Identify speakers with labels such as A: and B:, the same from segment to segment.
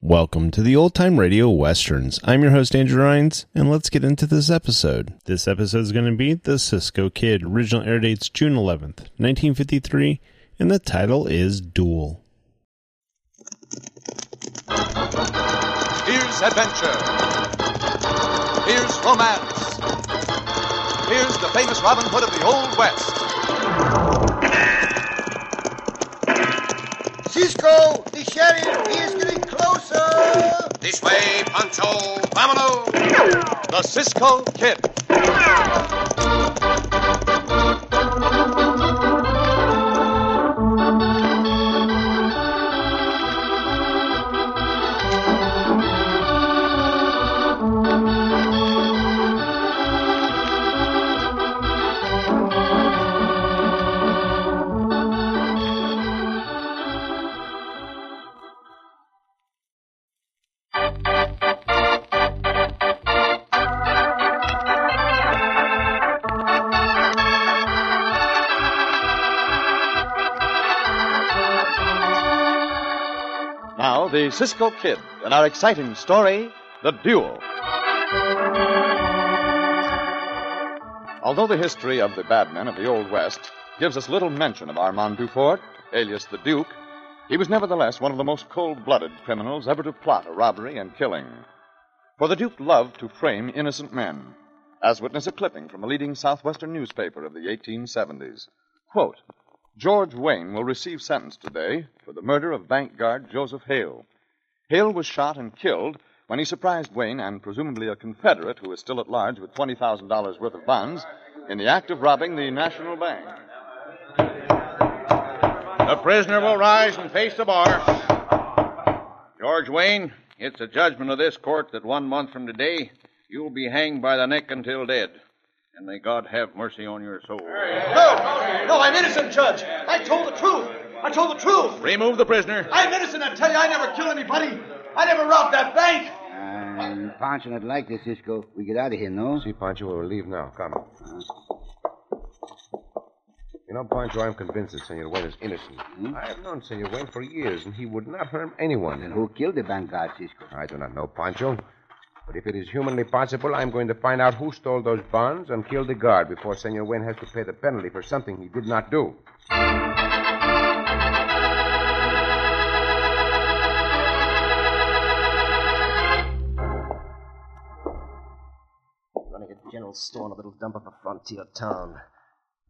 A: Welcome to the Old Time Radio Westerns. I'm your host, Andrew Rhines, and let's get into this episode. This episode is going to be The Cisco Kid. Original air dates June 11th, 1953, and the title is Duel.
B: Here's adventure. Here's romance. Here's the famous Robin Hood of the Old West.
C: Cisco, the sheriff is getting closer.
B: This way, Pancho. Vamano. The Cisco Kid. Now, the Cisco Kid and our exciting story, The Duel. Although the history of the bad men of the Old West gives us little mention of Armand Dufort, alias the Duke, he was nevertheless one of the most cold blooded criminals ever to plot a robbery and killing. For the Duke loved to frame innocent men, as witness a clipping from a leading Southwestern newspaper of the 1870s. Quote, George Wayne will receive sentence today for the murder of bank guard Joseph Hale. Hale was shot and killed when he surprised Wayne and presumably a Confederate who is still at large with $20,000 worth of bonds in the act of robbing the National Bank.
D: The prisoner will rise and face the bar. George Wayne, it's a judgment of this court that one month from today you'll be hanged by the neck until dead. And may God have mercy on your soul.
E: No, no, I'm innocent, Judge. I told the truth. I told the truth.
D: Remove the prisoner.
E: I'm innocent. I tell you, I never killed anybody. I never robbed that bank.
C: I'm Pancho not like this, Cisco. We get out of here, no? Uh,
F: See, Pancho, we'll leave now. Come on. You know, Pancho, I'm convinced that Senor Wayne is innocent. I have known Senor Wayne for years, and he would not harm anyone.
C: Hmm? Then who killed the bank guard, Cisco?
F: I do not know, Pancho. But if it is humanly possible, I'm going to find out who stole those bonds and killed the guard before Senor Wayne has to pay the penalty for something he did not do.
G: Running a general store in a little dump of a frontier town.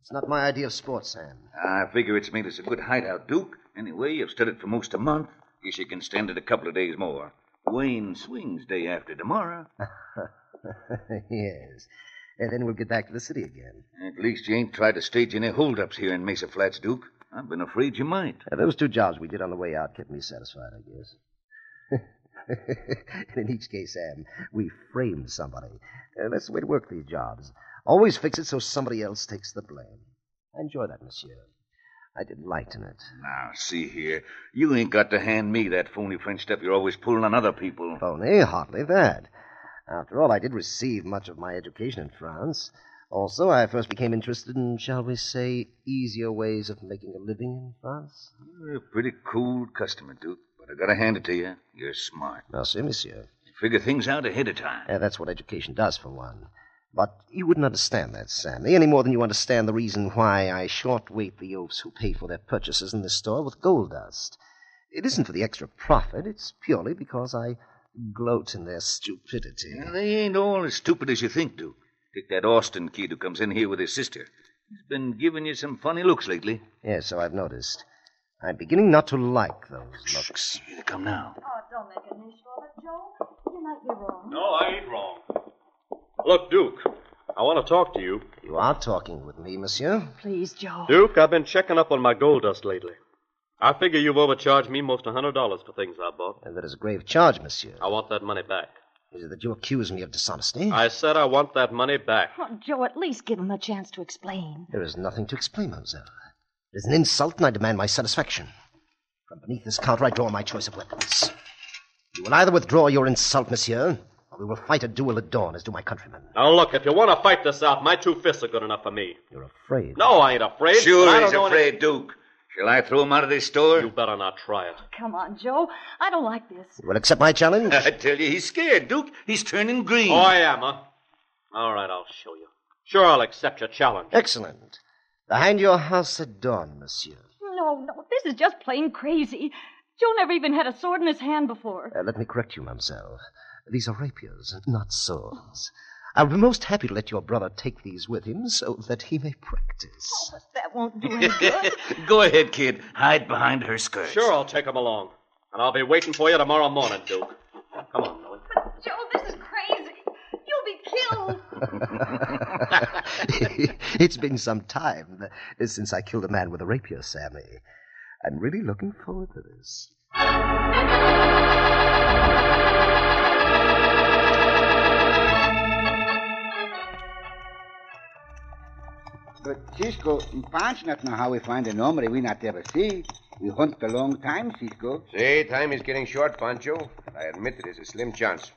G: It's not my idea of sport, Sam.
H: I figure it's made us a good hideout, Duke. Anyway, you've stood it for most a month. Guess you can stand it a couple of days more. Wayne swings day after tomorrow.
G: yes. And then we'll get back to the city again.
H: At least you ain't tried to stage any holdups here in Mesa Flats, Duke. I've been afraid you might.
G: Uh, those two jobs we did on the way out kept me satisfied, I guess. and in each case, Sam, we framed somebody. Uh, that's the way to work these jobs. Always fix it so somebody else takes the blame. I enjoy that, monsieur. I did lighten it.
H: Now, see here. You ain't got to hand me that phony French stuff you're always pulling on other people.
G: Phony, Eh, hardly that. After all, I did receive much of my education in France. Also, I first became interested in, shall we say, easier ways of making a living in France.
H: You're a pretty cool customer, Duke. But I gotta hand it to you. You're smart.
G: Merci, monsieur.
H: You figure things out ahead of time.
G: Yeah, that's what education does, for one. But you wouldn't understand that, Sammy, any more than you understand the reason why I short weight the oafs who pay for their purchases in this store with gold dust. It isn't for the extra profit, it's purely because I gloat in their stupidity.
H: Now, they ain't all as stupid as you think, Duke. Take that Austin kid who comes in here with his sister. He's been giving you some funny looks lately.
G: Yes, so I've noticed. I'm beginning not to like those looks.
H: Here they come now.
I: Oh, don't make an issue of it, Joe. You might be wrong.
J: No, I ain't wrong. Look, Duke, I want to talk to you.
G: You are talking with me, monsieur.
I: Please, Joe.
J: Duke, I've been checking up on my gold dust lately. I figure you've overcharged me most a $100 for things I bought.
G: And that is a grave charge, monsieur.
J: I want that money back.
G: Is it that you accuse me of dishonesty?
J: I said I want that money back.
I: Oh, Joe, at least give him a chance to explain.
G: There is nothing to explain, mademoiselle. It is an insult, and I demand my satisfaction. From beneath this counter, I draw my choice of weapons. You will either withdraw your insult, monsieur, or we will fight a duel at dawn, as do my countrymen.
J: Now, look, if you want to fight this out, my two fists are good enough for me.
G: You're afraid.
J: No, I ain't afraid. but I
H: Sure,
J: don't
H: he's
J: know any-
H: afraid, Duke. Shall I throw him out of this store? You
J: better not try it.
I: Come on, Joe. I don't like this.
G: You will accept my challenge?
H: I tell you, he's scared, Duke. He's turning green.
J: Oh, I am, huh? All right, I'll show you. Sure, I'll accept your challenge.
G: Excellent. Behind your house at dawn, monsieur.
I: No, no, this is just plain crazy. Joe never even had a sword in his hand before.
G: Uh, let me correct you, mademoiselle. These are rapiers, not swords. I'll be most happy to let your brother take these with him so that he may practice.
I: That won't do any good.
H: Go ahead, kid. Hide behind her skirts.
J: Sure, I'll take him along. And I'll be waiting for you tomorrow morning, Duke. Come on, Millie.
I: Joe, this is crazy. You'll be killed.
G: it's been some time uh, since I killed a man with a rapier, Sammy. I'm really looking forward to this.
C: But, Cisco, Panch not know how we find an hombre we not ever see. We hunt a long time, Cisco.
F: See, time is getting short, Pancho. I admit it is a slim chance.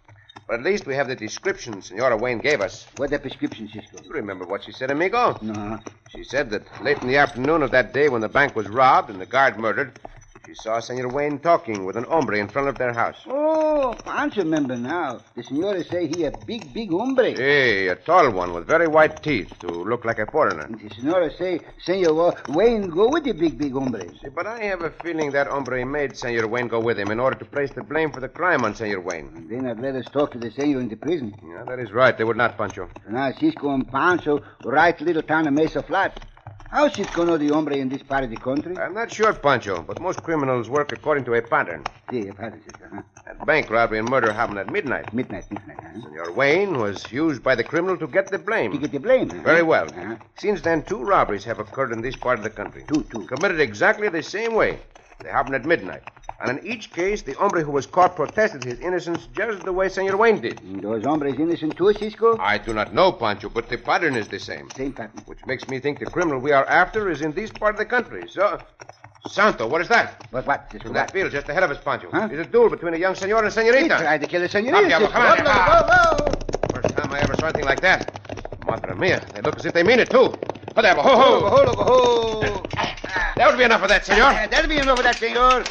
F: But at least we have the description Senora Wayne gave us.
C: What the prescription, Cisco?
F: You remember what she said, amigo?
C: No.
F: She said that late in the afternoon of that day when the bank was robbed and the guard murdered, she saw Senor Wayne talking with an hombre in front of their house.
C: Oh, Panch remember now. The senora say he a big, big hombre.
F: Hey, a tall one with very white teeth who looked like a foreigner.
C: The senora say, Senor Wayne go with the big, big hombre.
F: But I have a feeling that hombre made Senor Wayne go with him in order to place the blame for the crime on Senor Wayne.
C: They not let us talk to the senor in the prison.
F: Yeah, that is right. They would not, Pancho.
C: Now Cisco and Pancho right little town of Mesa Flats. How Cisco know the hombre in this part of the country?
F: I'm not sure, Pancho, but most criminals work according to a pattern.
C: See, a pattern, Cisco, huh?
F: That bank robbery and murder happened at midnight.
C: Midnight, midnight, huh?
F: Senor Wayne was used by the criminal to get the blame.
C: To get the blame, huh?
F: Very well.
C: Uh-huh.
F: Since then, two robberies have occurred in this part of the country.
C: Two, two.
F: Committed exactly the same way. They happened at midnight. And in each case, the hombre who was caught protested his innocence just the way Senor Wayne did.
C: Mm, Those hombres innocent too, Cisco?
F: I do not know, Pancho, but the pattern is the same.
C: Same pattern.
F: Which makes me think the criminal we are after is in this part of the country. So, Santo, what is that?
C: What, what, Cisco?
F: In
C: what?
F: that field just ahead of us, Pancho.
C: Huh?
F: Is a duel between a young senor and
C: He
F: senorita.
C: tried to kill the senorita.
F: Up, Diablo,
C: Cisco.
F: come on.
C: Whoa, whoa, whoa.
F: First time I ever saw anything like that. Madre mia, they look as if they mean it, too. But there, ho ho!
C: Ho, ho, ho, ho.
F: That would be enough of that, senor.
C: Yeah, That'll be enough of that, senor.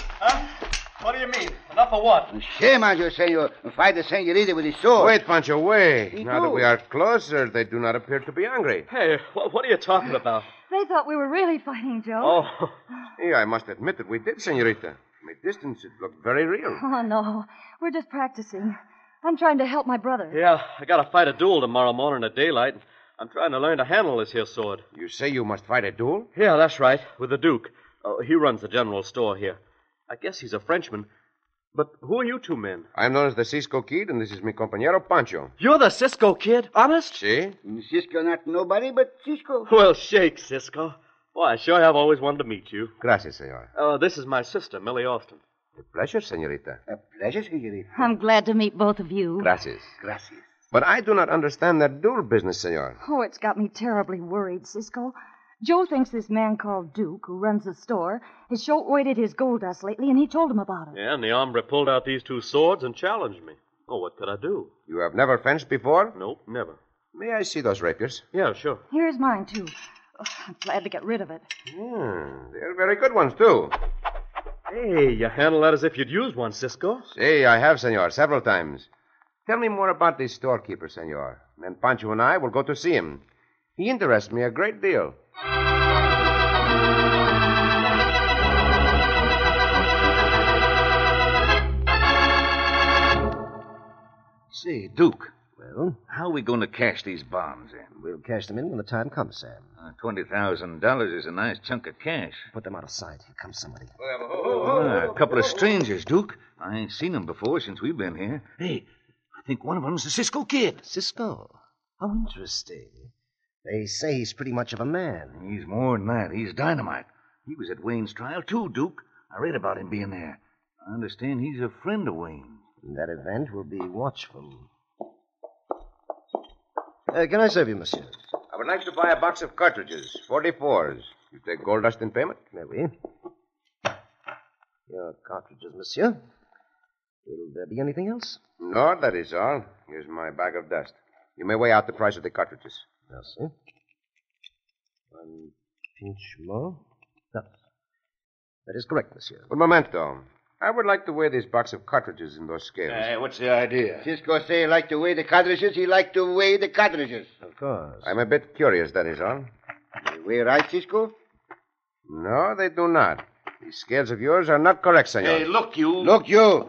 J: What do you mean? Enough of what?
C: Shame on you, senor. Fight the senorita with his sword.
F: Wait, Pancho, wait.
C: Me
F: now that
C: too.
F: we are closer, they do not appear to be angry.
J: Hey, what, what are you talking about?
I: They thought we were really fighting, Joe.
J: Oh,
F: Yeah, I must admit that we did, senorita. From a distance, it looked very
J: Oh.
F: real.
I: Oh, no. We're just practicing. I'm trying to help my brother.
J: yeah, I gotta fight a duel tomorrow morning at daylight. I'm trying to learn to handle this here sword.
F: You say you must fight a duel?
J: Yeah, that's right, with the Duke. Uh, he runs the general store here. I guess he's a Frenchman. But who are you two men?
F: I'm known as the Cisco Kid, and this is mi compañero Pancho.
J: You're the Cisco kid, honest?
F: See?
C: Cisco not nobody but Cisco.
J: Well, shake, Cisco. Why, I sure have always wanted to meet you.
F: Gracias, senor.
J: Uh, this is my sister, Millie Austin.
F: A pleasure, senorita.
C: A pleasure, senorita.
I: I'm glad to meet both of you.
F: Gracias.
C: Gracias.
F: But I do not understand that duel business, senor.
I: Oh, it's got me terribly worried, Cisco. Joe thinks this man called Duke, who runs the store, has short-weighted his gold dust lately, and he told him about it.
J: Yeah, and the hombre pulled out these two swords and challenged me. Oh, what could I do?
F: You have never fenced before?
J: Nope, never.
F: May I see those rapiers?
J: Yeah, sure.
I: Here's mine, too. Oh, I'm glad to get rid of it.
F: Hmm, they're very good ones, too.
J: Hey, you handle that as if you'd used one, Cisco.
F: See, I have, senor, several times. Tell me more about this storekeeper, senor. Then Pancho and I will go to see him. He interests me a great deal.
H: Say, Duke,
G: Well,
H: how are we going to cash these bonds in?
G: we'll cash them in when the time comes, Sam.
H: Uh, $20,000 is a nice chunk of cash.
G: Put them out of sight. Here comes somebody.
H: Ah, a couple of strangers, Duke. I ain't seen them before since we've been here. Hey, I think one of them's a Cisco kid.
G: Cisco? How interesting. They say he's pretty much of a man.
H: He's more than that. He's dynamite. He was at Wayne's trial, too, Duke. I read about him being there. I understand he's a friend of Wayne.
G: That event will be watchful. Uh, can I serve you, monsieur?
F: I would like to buy a box of cartridges, 44s. You take gold dust in payment?
G: There we. Your cartridges, monsieur. Will there be anything else?
F: No, that is all. Here's my bag of dust. You may weigh out the price of the cartridges.
G: Merci. One pinch more. No. That is correct, monsieur.
F: Un momento. I would like to weigh this box of cartridges in those scales.
H: Hey, what's the idea?
C: Cisco say he like to weigh the cartridges. He like to weigh the cartridges.
G: Of course.
F: I'm a bit curious, that is all.
C: They weigh right, Cisco?
F: No, they do not. These scales of yours are not correct, senor.
H: Hey, look, you.
C: Look, you.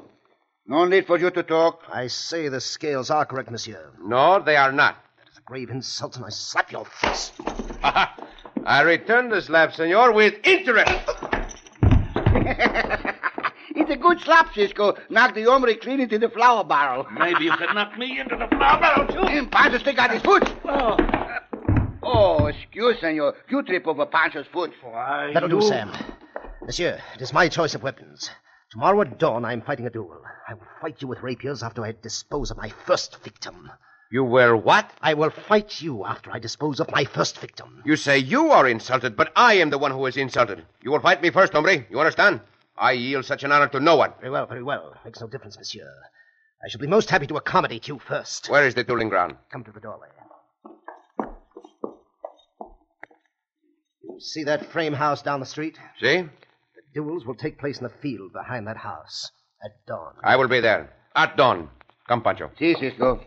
C: No need for you to talk.
G: I say the scales are correct, monsieur.
F: No, they are not.
G: That is a grave insult, and I slap your face.
F: I return the slap, senor, with interest.
C: it's a good slap, Cisco. Knock the hombre clean into the flour barrel.
H: Maybe you could knock me into the flour barrel, too.
C: Him, Pancho stick out his foot.
H: Oh.
C: Oh, excuse, senor. You trip over Pancho's foot.
H: Why,
G: That'll
H: you-
G: do, Sam. Monsieur, it is my choice of weapons. Tomorrow at dawn, I am fighting a duel. I will fight you with rapiers after I dispose of my first victim.
F: You were what?
G: I will fight you after I dispose of my first victim.
F: You say you are insulted, but I am the one who is insulted. You will fight me first, hombre. You understand? I yield such an honor to no one.
G: Very well, very well. Makes no difference, monsieur. I shall be most happy to accommodate you first.
F: Where is the dueling ground?
G: Come to the doorway. You see that frame house down the street?
F: See?
G: The duels will take place in the field behind that house at dawn.
F: I will be there. At dawn. Come, Pancho.
C: See, Cisco.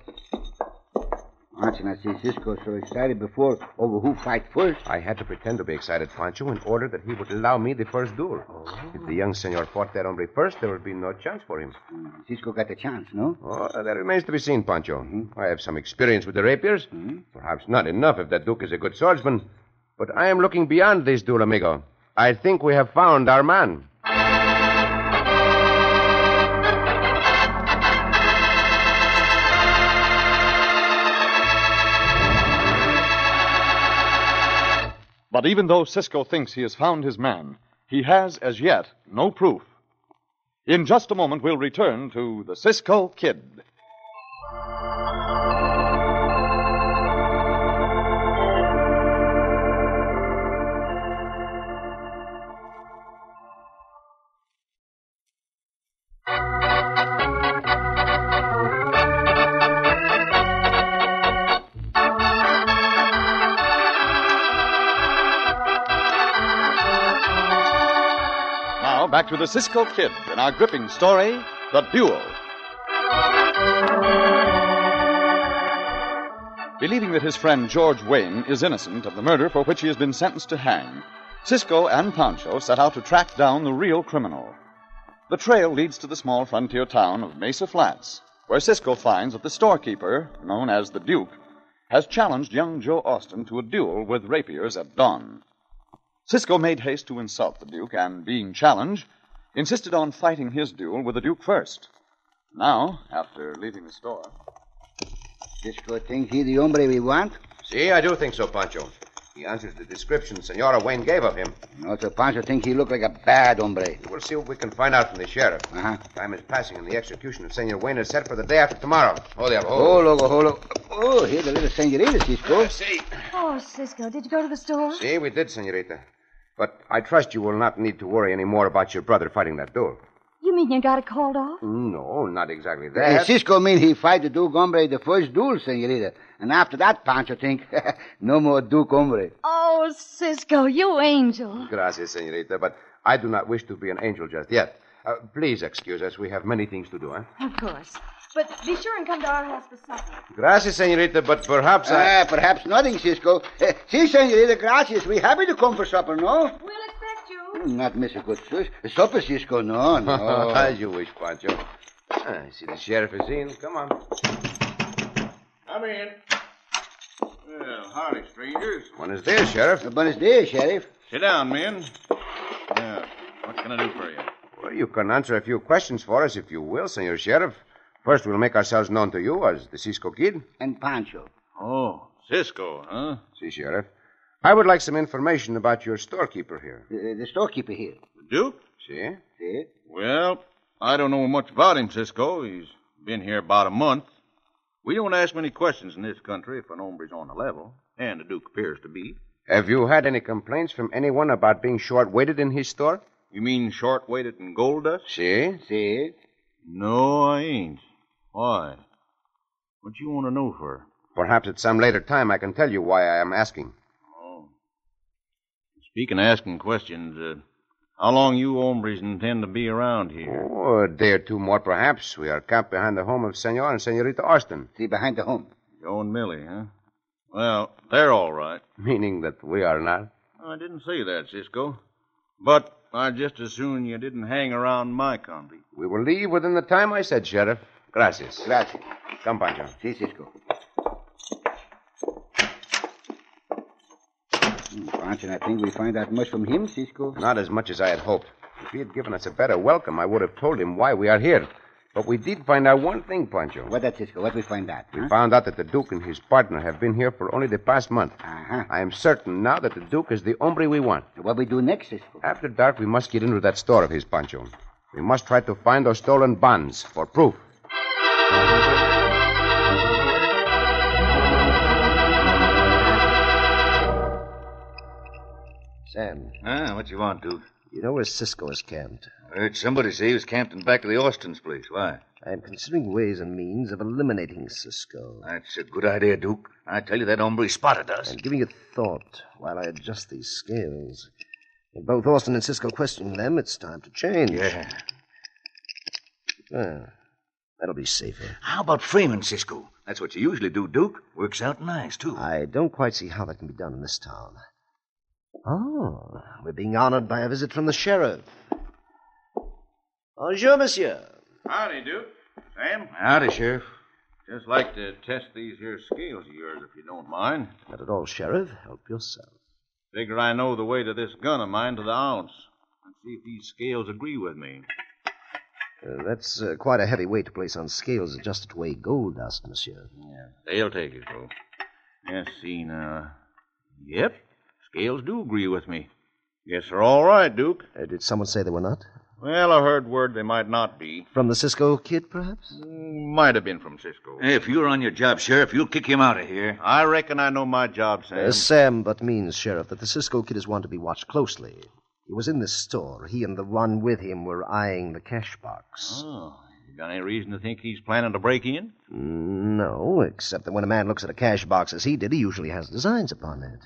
C: Watching I see Cisco so excited before over who fight first.
F: I had to pretend to be excited, Pancho, in order that he would allow me the first duel.
C: Oh.
F: If the young senor fought that hombre first, there would be no chance for him.
C: Mm, Cisco got the chance, no? Mm-hmm.
F: Oh, that remains to be seen, Pancho. I have some experience with the rapiers. Perhaps not enough if that Duke is a good swordsman. But I am looking beyond this duel, amigo. I think we have found our man.
B: But even though Cisco thinks he has found his man, he has, as yet, no proof. In just a moment, we'll return to the Cisco Kid. Now, back to the Cisco Kid and our gripping story The Duel. Believing that his friend George Wayne is innocent of the murder for which he has been sentenced to hang, Cisco and Pancho set out to track down the real criminal. The trail leads to the small frontier town of Mesa Flats, where Cisco finds that the storekeeper, known as the Duke, has challenged young Joe Austin to a duel with rapiers at dawn. Cisco made haste to insult the Duke, and being challenged, insisted on fighting his duel with the Duke first. Now, after leaving the store.
C: Cisco think he the hombre we want.
F: See, I do think so, Pancho. He answers the description Senora Wayne gave of him.
C: Also, Pancho think he look like a bad hombre.
F: We'll see what we can find out from the sheriff.
C: Uh-huh.
F: Time is passing, and the execution of Senor Wayne is set for the day after tomorrow. Oh, there.
C: Oh,
F: Oh,
C: logo, oh, logo. Oh, here's a little senorita, Cisco.
F: see.
I: Oh, Cisco, did you go to the store?
F: See, we did, Senorita. But I trust you will not need to worry any more about your brother fighting that duel.
I: You mean you got it called off?
F: No, not exactly
C: Eh,
F: that.
C: Cisco mean he fight the Duke hombre the first duel, senorita. And after that, Pancho think, no more Duke hombre.
I: Oh, Cisco, you angel.
F: Gracias, senorita, but I do not wish to be an angel just yet. Uh, please excuse us. We have many things to do, eh?
I: Of course. But be sure and come to our house for supper.
F: Gracias, senorita, but perhaps I.
C: Ah, perhaps nothing, Cisco. Eh, See, senorita, gracias. We happy to come for supper, no?
I: We'll expect you.
C: Not miss a good sus- supper, Cisco. No, Oh, no.
F: As you wish, Pancho. Ah, I see the sheriff is in. Come on.
D: Come in. Well, howdy, strangers.
F: One is there, sheriff.
C: Buenos dias, Sheriff.
D: Sit down, men. Yeah, what can I do for you?
F: Well, you can answer a few questions for us if you will, senor sheriff. First, we'll make ourselves known to you as the Cisco Kid.
C: And Pancho.
F: Oh, Cisco, huh? See, Sheriff. I would like some information about your storekeeper here.
C: Uh, The, the storekeeper here.
D: Duke?
F: See?
C: See?
D: Well, I don't know much about him, Cisco. He's been here about a month. We don't ask many questions in this country if an hombre's on the level, and the Duke appears to be.
F: Have you had any complaints from anyone about being short weighted in his store?
D: You mean short weighted in gold dust?
F: See?
C: See?
D: No, I ain't. Why? What you want to know for?
F: Perhaps at some later time I can tell you why I am asking.
D: Oh. Speaking of asking questions, uh, how long you hombres intend to be around here?
F: Oh, a day or two more, perhaps. We are camped behind the home of Senor and Senorita Austin.
C: See, behind the home.
D: Joe and Millie, huh? Well, they're all right.
F: Meaning that we are not?
D: I didn't say that, Cisco. But I just as soon you didn't hang around my convy.
F: We will leave within the time I said, Sheriff. Gracias.
C: Gracias.
F: Come, Pancho.
C: See, Cisco. Hmm, Pancho, I think we find out much from him, Cisco.
F: Not as much as I had hoped. If he had given us a better welcome, I would have told him why we are here. But we did find out one thing, Pancho.
C: What that, Cisco? What we find out?
F: We
C: huh?
F: found out that the Duke and his partner have been here for only the past month.
C: Uh-huh.
F: I am certain now that the Duke is the hombre we want.
C: What we do next, Cisco?
F: After dark, we must get into that store of his, Pancho. We must try to find those stolen bonds for proof.
G: Sam,
H: Ah, what you want, Duke?
G: you know where Cisco is camped.
H: I heard somebody say he was camped in back of the Austin's place. Why?
G: I am considering ways and means of eliminating Cisco.
H: That's a good idea, Duke. I tell you, that hombre spotted us.
G: And giving it thought while I adjust these scales. When both Austin and Cisco question them, it's time to change.
H: Yeah.
G: Well, that'll be safer.
H: How about framing Cisco? That's what you usually do, Duke. Works out nice, too.
G: I don't quite see how that can be done in this town. Oh, we're being honored by a visit from the sheriff. Bonjour, monsieur.
D: Howdy, Duke. Sam?
H: Howdy, Sheriff.
D: Just like to test these here scales of yours, if you don't mind.
G: Not at all, sheriff. Help yourself.
D: Figure I know the weight of this gun of mine to the ounce. And see if these scales agree with me.
G: Uh, that's uh, quite a heavy weight to place on scales adjusted to weigh gold dust, monsieur.
D: Yeah, they'll take it, though. Yes, see now. Yep, scales do agree with me. Guess they're all right, Duke.
G: Uh, did someone say they were not?
D: Well, I heard word they might not be. Mm,
G: From the Cisco kid, perhaps?
D: Might have been from Cisco.
H: If you're on your job, Sheriff, you'll kick him out of here.
D: I reckon I know my job, Sam.
G: Uh, Sam but means, Sheriff, that the Cisco kid is one to be watched closely. He was in this store. He and the one with him were eyeing the cash box.
D: Oh, you got any reason to think he's planning to break in?
G: No, except that when a man looks at a cash box as he did, he usually has designs upon it.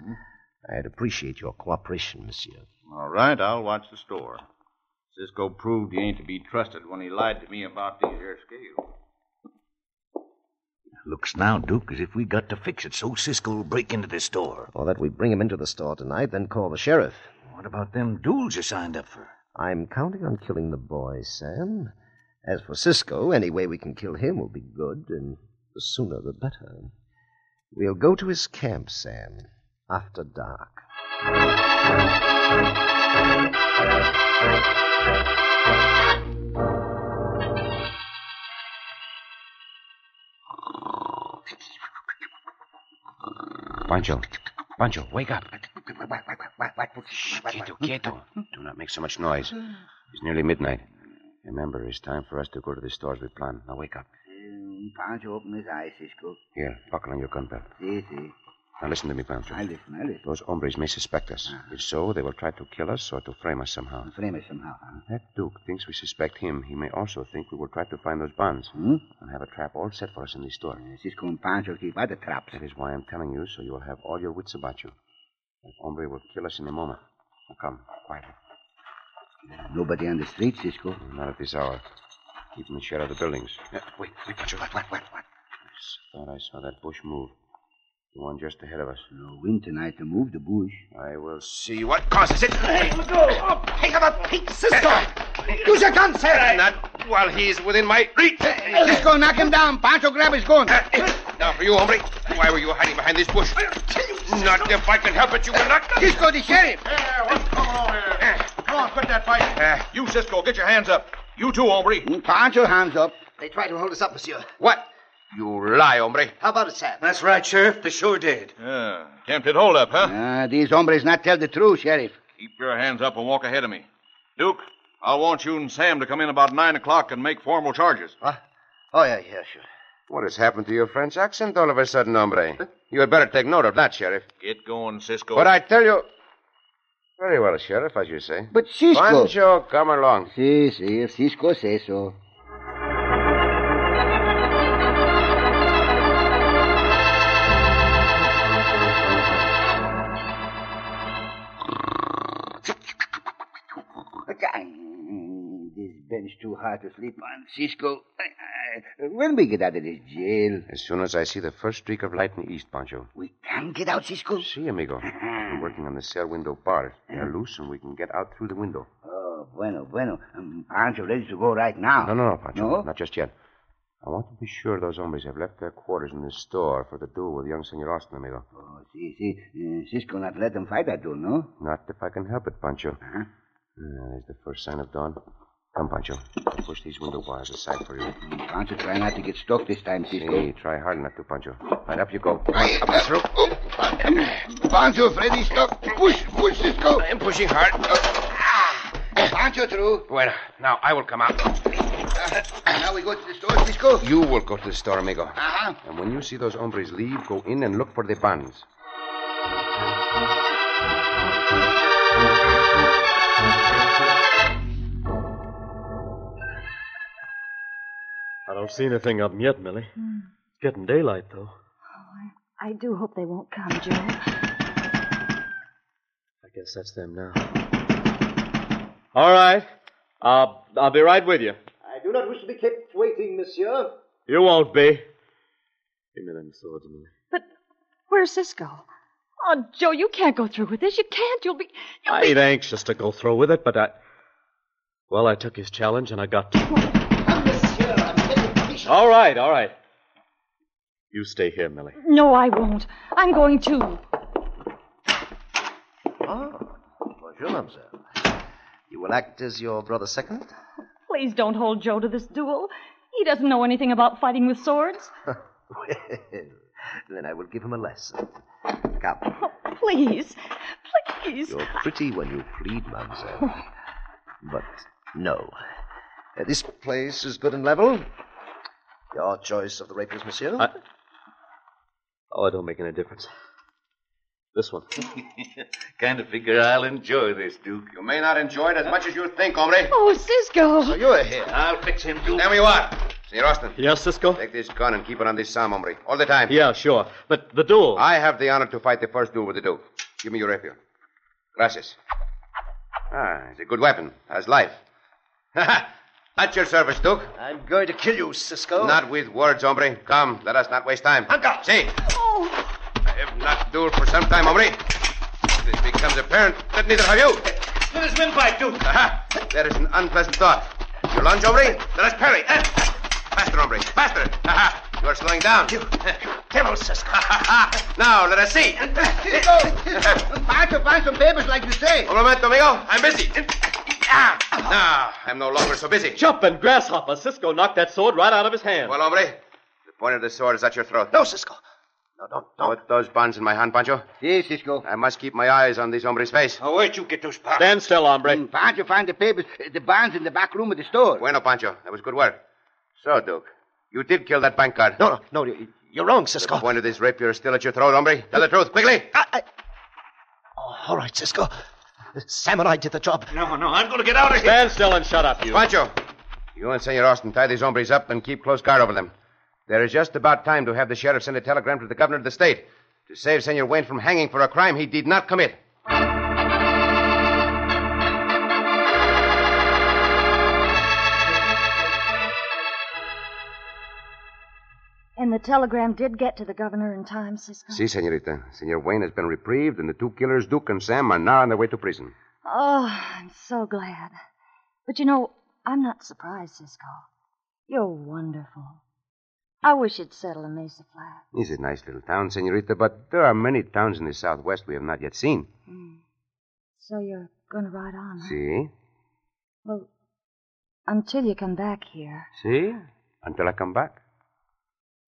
G: I'd appreciate your cooperation, monsieur.
D: All right, I'll watch the store. Cisco proved he ain't to be trusted when he lied to me about these here scales.
H: Looks now, Duke, as if we got to fix it so Cisco will break into this store.
G: Or that we bring him into the store tonight, then call the sheriff.
H: What about them duels you signed up for?
G: I'm counting on killing the boy, Sam. As for Cisco, any way we can kill him will be good, and the sooner the better. We'll go to his camp, Sam, after dark.
F: Pancho. Pancho, wake up.
C: Quieto,
F: Do not make so much noise. It's nearly midnight. Remember, it's time for us to go to the store as we planned. Now wake up.
C: Pancho opened Mm, his eyes, Cisco.
F: Here, buckle on your gun belt.
C: See, see.
F: Now listen to me, Pancho.
C: I listen, I listen. Ah.
F: Those hombres may suspect us. If so, they will try to kill us or to frame us somehow.
C: Frame it somehow, huh?
F: If that Duke thinks we suspect him, he may also think we will try to find those bonds
C: Hmm?
F: and have a trap all set for us in the store.
C: Cisco and Pancho keep other traps.
F: That is why I'm telling you, so you will have all your wits about you. That hombre will kill us in a moment. Now come, quietly.
C: Nobody on the street, Cisco.
F: Not at this hour. Keep in the shadow of the buildings.
C: Wait, wait, Pancho. What, what, what, what?
F: Thought I saw that bush move. The one just ahead of us.
C: No wind tonight to move the bush.
F: I will see what causes it. Hey,
C: Oh,
K: Take him up, Pete, Cisco! Use your gun, sir!
F: Not while he is within my reach.
C: Cisco, knock him down. Pancho, grab his gun.
F: Now for you, hombre. Why were you hiding behind this bush? Not if I can help it, you will not.
C: Cisco, the sheriff.
D: Hey, what's going on
C: Eh,
F: Eh. Mm,
D: here? Come on, quit that fight. You, Cisco, get your hands up. You too, hombre.
C: Pancho, hands up.
G: They tried to hold us up, monsieur.
F: What? You lie, hombre.
G: How about it, Sam?
H: That's right, Sheriff. They sure did.
D: Yeah. Attempted holdup, huh?
C: Ah, these hombres not tell the truth, Sheriff.
D: Keep your hands up and walk ahead of me. Duke, I'll want you and Sam to come in about 9 o'clock and make formal charges.
G: Oh, yeah, yeah, sure.
F: What has happened to your French accent all of a sudden, hombre? You had better take note of that, Sheriff.
D: Get going, Cisco.
F: But I tell you. Very well, Sheriff, as you say.
C: But Cisco.
F: Pancho, come along.
C: See, see, if Cisco says so. Mm, This bench too hard to sleep on. Cisco, uh, when we get out of this jail,
F: As soon as I see the first streak of light in the east, Pancho.
C: we can get out, Cisco.
F: See, amigo. I'm working on the cell window bars. They're loose, and we can get out through the window.
C: Oh, Uh-huh. bueno, bueno. Um, aren't you ready to go right now?
F: No, no, no, Pancho.
C: No?
F: Not just yet. I want to be sure those hombres have left their quarters in this store for the duel with young Senor Austin, amigo.
C: Oh, see, see. Uh, Cisco not let them fight that duel, no?
F: Not if I can help it, Pancho.
C: Huh?
F: Ah, there's the first sign of dawn. Come, Pancho. I'll push these window bars aside for you.
C: Pancho try not to get stuck this time, Cisco.
F: Hey, try hard not to, Pancho. Right up you go.
K: Hey,
F: Up and through.
K: Pancho, Freddy, stop. Push, push, Cisco.
F: I am pushing hard.
C: Ah, Pancho through.
F: Well, now I will come out.
C: Ah, Now we go to the store, Cisco.
F: You will go to the store, amigo.
C: Uh-huh.
F: And when you see those hombres leave, go in and look for the bonds.
J: I don't see anything of them yet, Millie. It's getting daylight, though.
I: Oh, I do hope they won't come, Joe.
J: I guess that's them now. All right. Uh, I'll be right with you.
L: I do not wish to be kept waiting, monsieur.
J: You won't be. Give me them swords, Millie.
I: Where's Cisco? Oh, Joe, you can't go through with this. You can't. You'll be.
J: I ain't anxious to go through with it, but I. Well, I took his challenge and I got. All right, all right. You stay here, Millie.
I: No, I won't. I'm going too.
G: Bonjour, mademoiselle. You will act as your brother's second?
I: Please don't hold Joe to this duel. He doesn't know anything about fighting with swords.
G: Well, then I will give him a lesson. Come.
I: Please. Please.
G: You're pretty when you plead, mademoiselle. But no. Uh, this place is good and level. Your choice of the rapiers, monsieur?
J: I- Oh, it don't make any difference. This one.
H: kind of figure I'll enjoy this, Duke.
F: You may not enjoy it as much as you think, hombre.
I: Oh, Cisco.
G: So you are here.
H: I'll fix him, Duke.
F: There we are. Senor Austin,
J: Yes, Cisco?
F: take this gun and keep it on this arm, hombre. All the time.
J: Yeah, sure. But the duel.
F: I have the honor to fight the first duel with the Duke. Give me your rapier. Gracias. Ah, it's a good weapon. Has life. At your service, Duke.
G: I'm going to kill you, Cisco.
F: Not with words, hombre. Come, let us not waste time.
G: Anka!
F: See,
I: Oh,
F: I have not dueled for some time, hombre. This becomes apparent that neither have you.
H: Let his windpipe, Duke.
F: Aha! There is an unpleasant thought. You lunge, hombre. Let us parry. Eh? Faster, hombre. Faster. Aha! You are slowing down. You eh, devil, Eh, Cisco. now, let us see.
C: Pancho, find some papers like you say.
F: Un momento, amigo. I'm busy. Ah, Now, I'm no longer so busy.
J: Jumping grasshopper. Cisco knocked that sword right out of his hand.
F: Well, hombre, the point of the sword is at your throat.
G: No, Cisco.
F: no, don't, don't. Put those buns in my hand, Pancho.
C: See, Cisco.
F: I must keep my eyes on this hombre's face.
H: Now, where'd you get those parts?
J: Stand still, hombre.
C: Mm, Pancho, find the papers, uh, the bonds in the back room of the store.
F: Bueno, Pancho, that was good work. So, Duke, you did kill that bank guard.
G: No, no, no. you- You're wrong, Cisco.
F: The point of this rapier is still at your throat, hombre. Tell the truth, quickly.
G: I, I... Oh, all right, Cisco. Sam and I did the job.
H: No, no, I'm going to get out of here.
J: Stand still and shut up, you.
F: Pancho, you and Senor Austin tie these hombres up and keep close guard over them. There is just about time to have the sheriff send a telegram to the governor of the state to save Senor Wayne from hanging for a crime he did not commit.
I: And the telegram did get to the governor in time, Cisco.
F: See, Senorita, Senor Wayne has been reprieved, and the two killers, Duke and Sam, are now on their way to prison.
I: Oh, I'm so glad. But you know, I'm not surprised, Cisco. You're wonderful. I wish you'd settle in Mesa Flat.
F: It's a nice little town, Senorita, but there are many towns in the Southwest we have not yet seen.
I: Hmm. So you're going to ride on. huh?
F: See?
I: Well, until you come back here.
F: See? until I come back.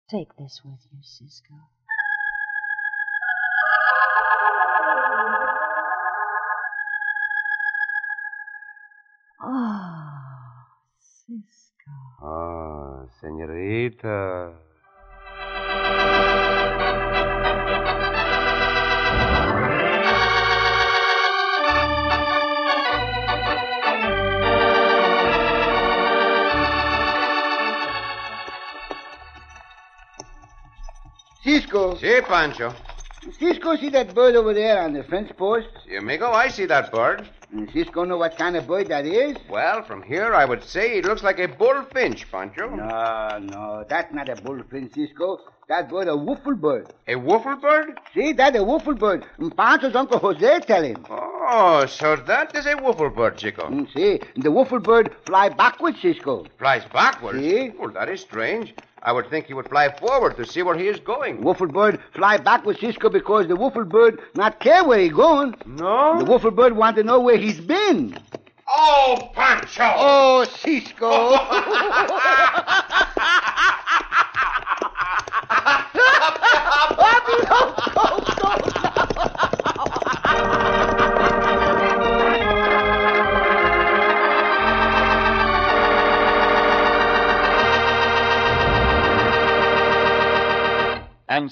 I: Take this with you, Cisco. Oh, Cisco.
F: Oh, senorita.
C: Cisco.
F: Si, Pancho.
C: Cisco, see that bird over there on the fence post? Mm,
F: Si, amigo, I see that bird.
C: Cisco know what kind of bird that is?
F: Well, from here, I would say it looks like a bullfinch, Pancho.
C: No, no, that's not a bullfinch, Cisco. That bird a woofle bird.
F: A woofle bird?
C: See, that a woofle bird. And Pancho's Uncle Jose tell him.
F: Oh, so that is a woofle bird, Chico.
C: Mm, see, the woofle bird fly backwards, Cisco.
F: Flies backwards?
C: See?
F: Well, that is strange. I would think he would fly forward to see where he is going.
C: Woofle bird fly backwards, Cisco, because the woofle bird not care where he going.
F: No?
C: The woofle bird want to know where he's been.
K: Oh, Pancho!
C: Oh, Cisco.
B: And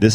A: This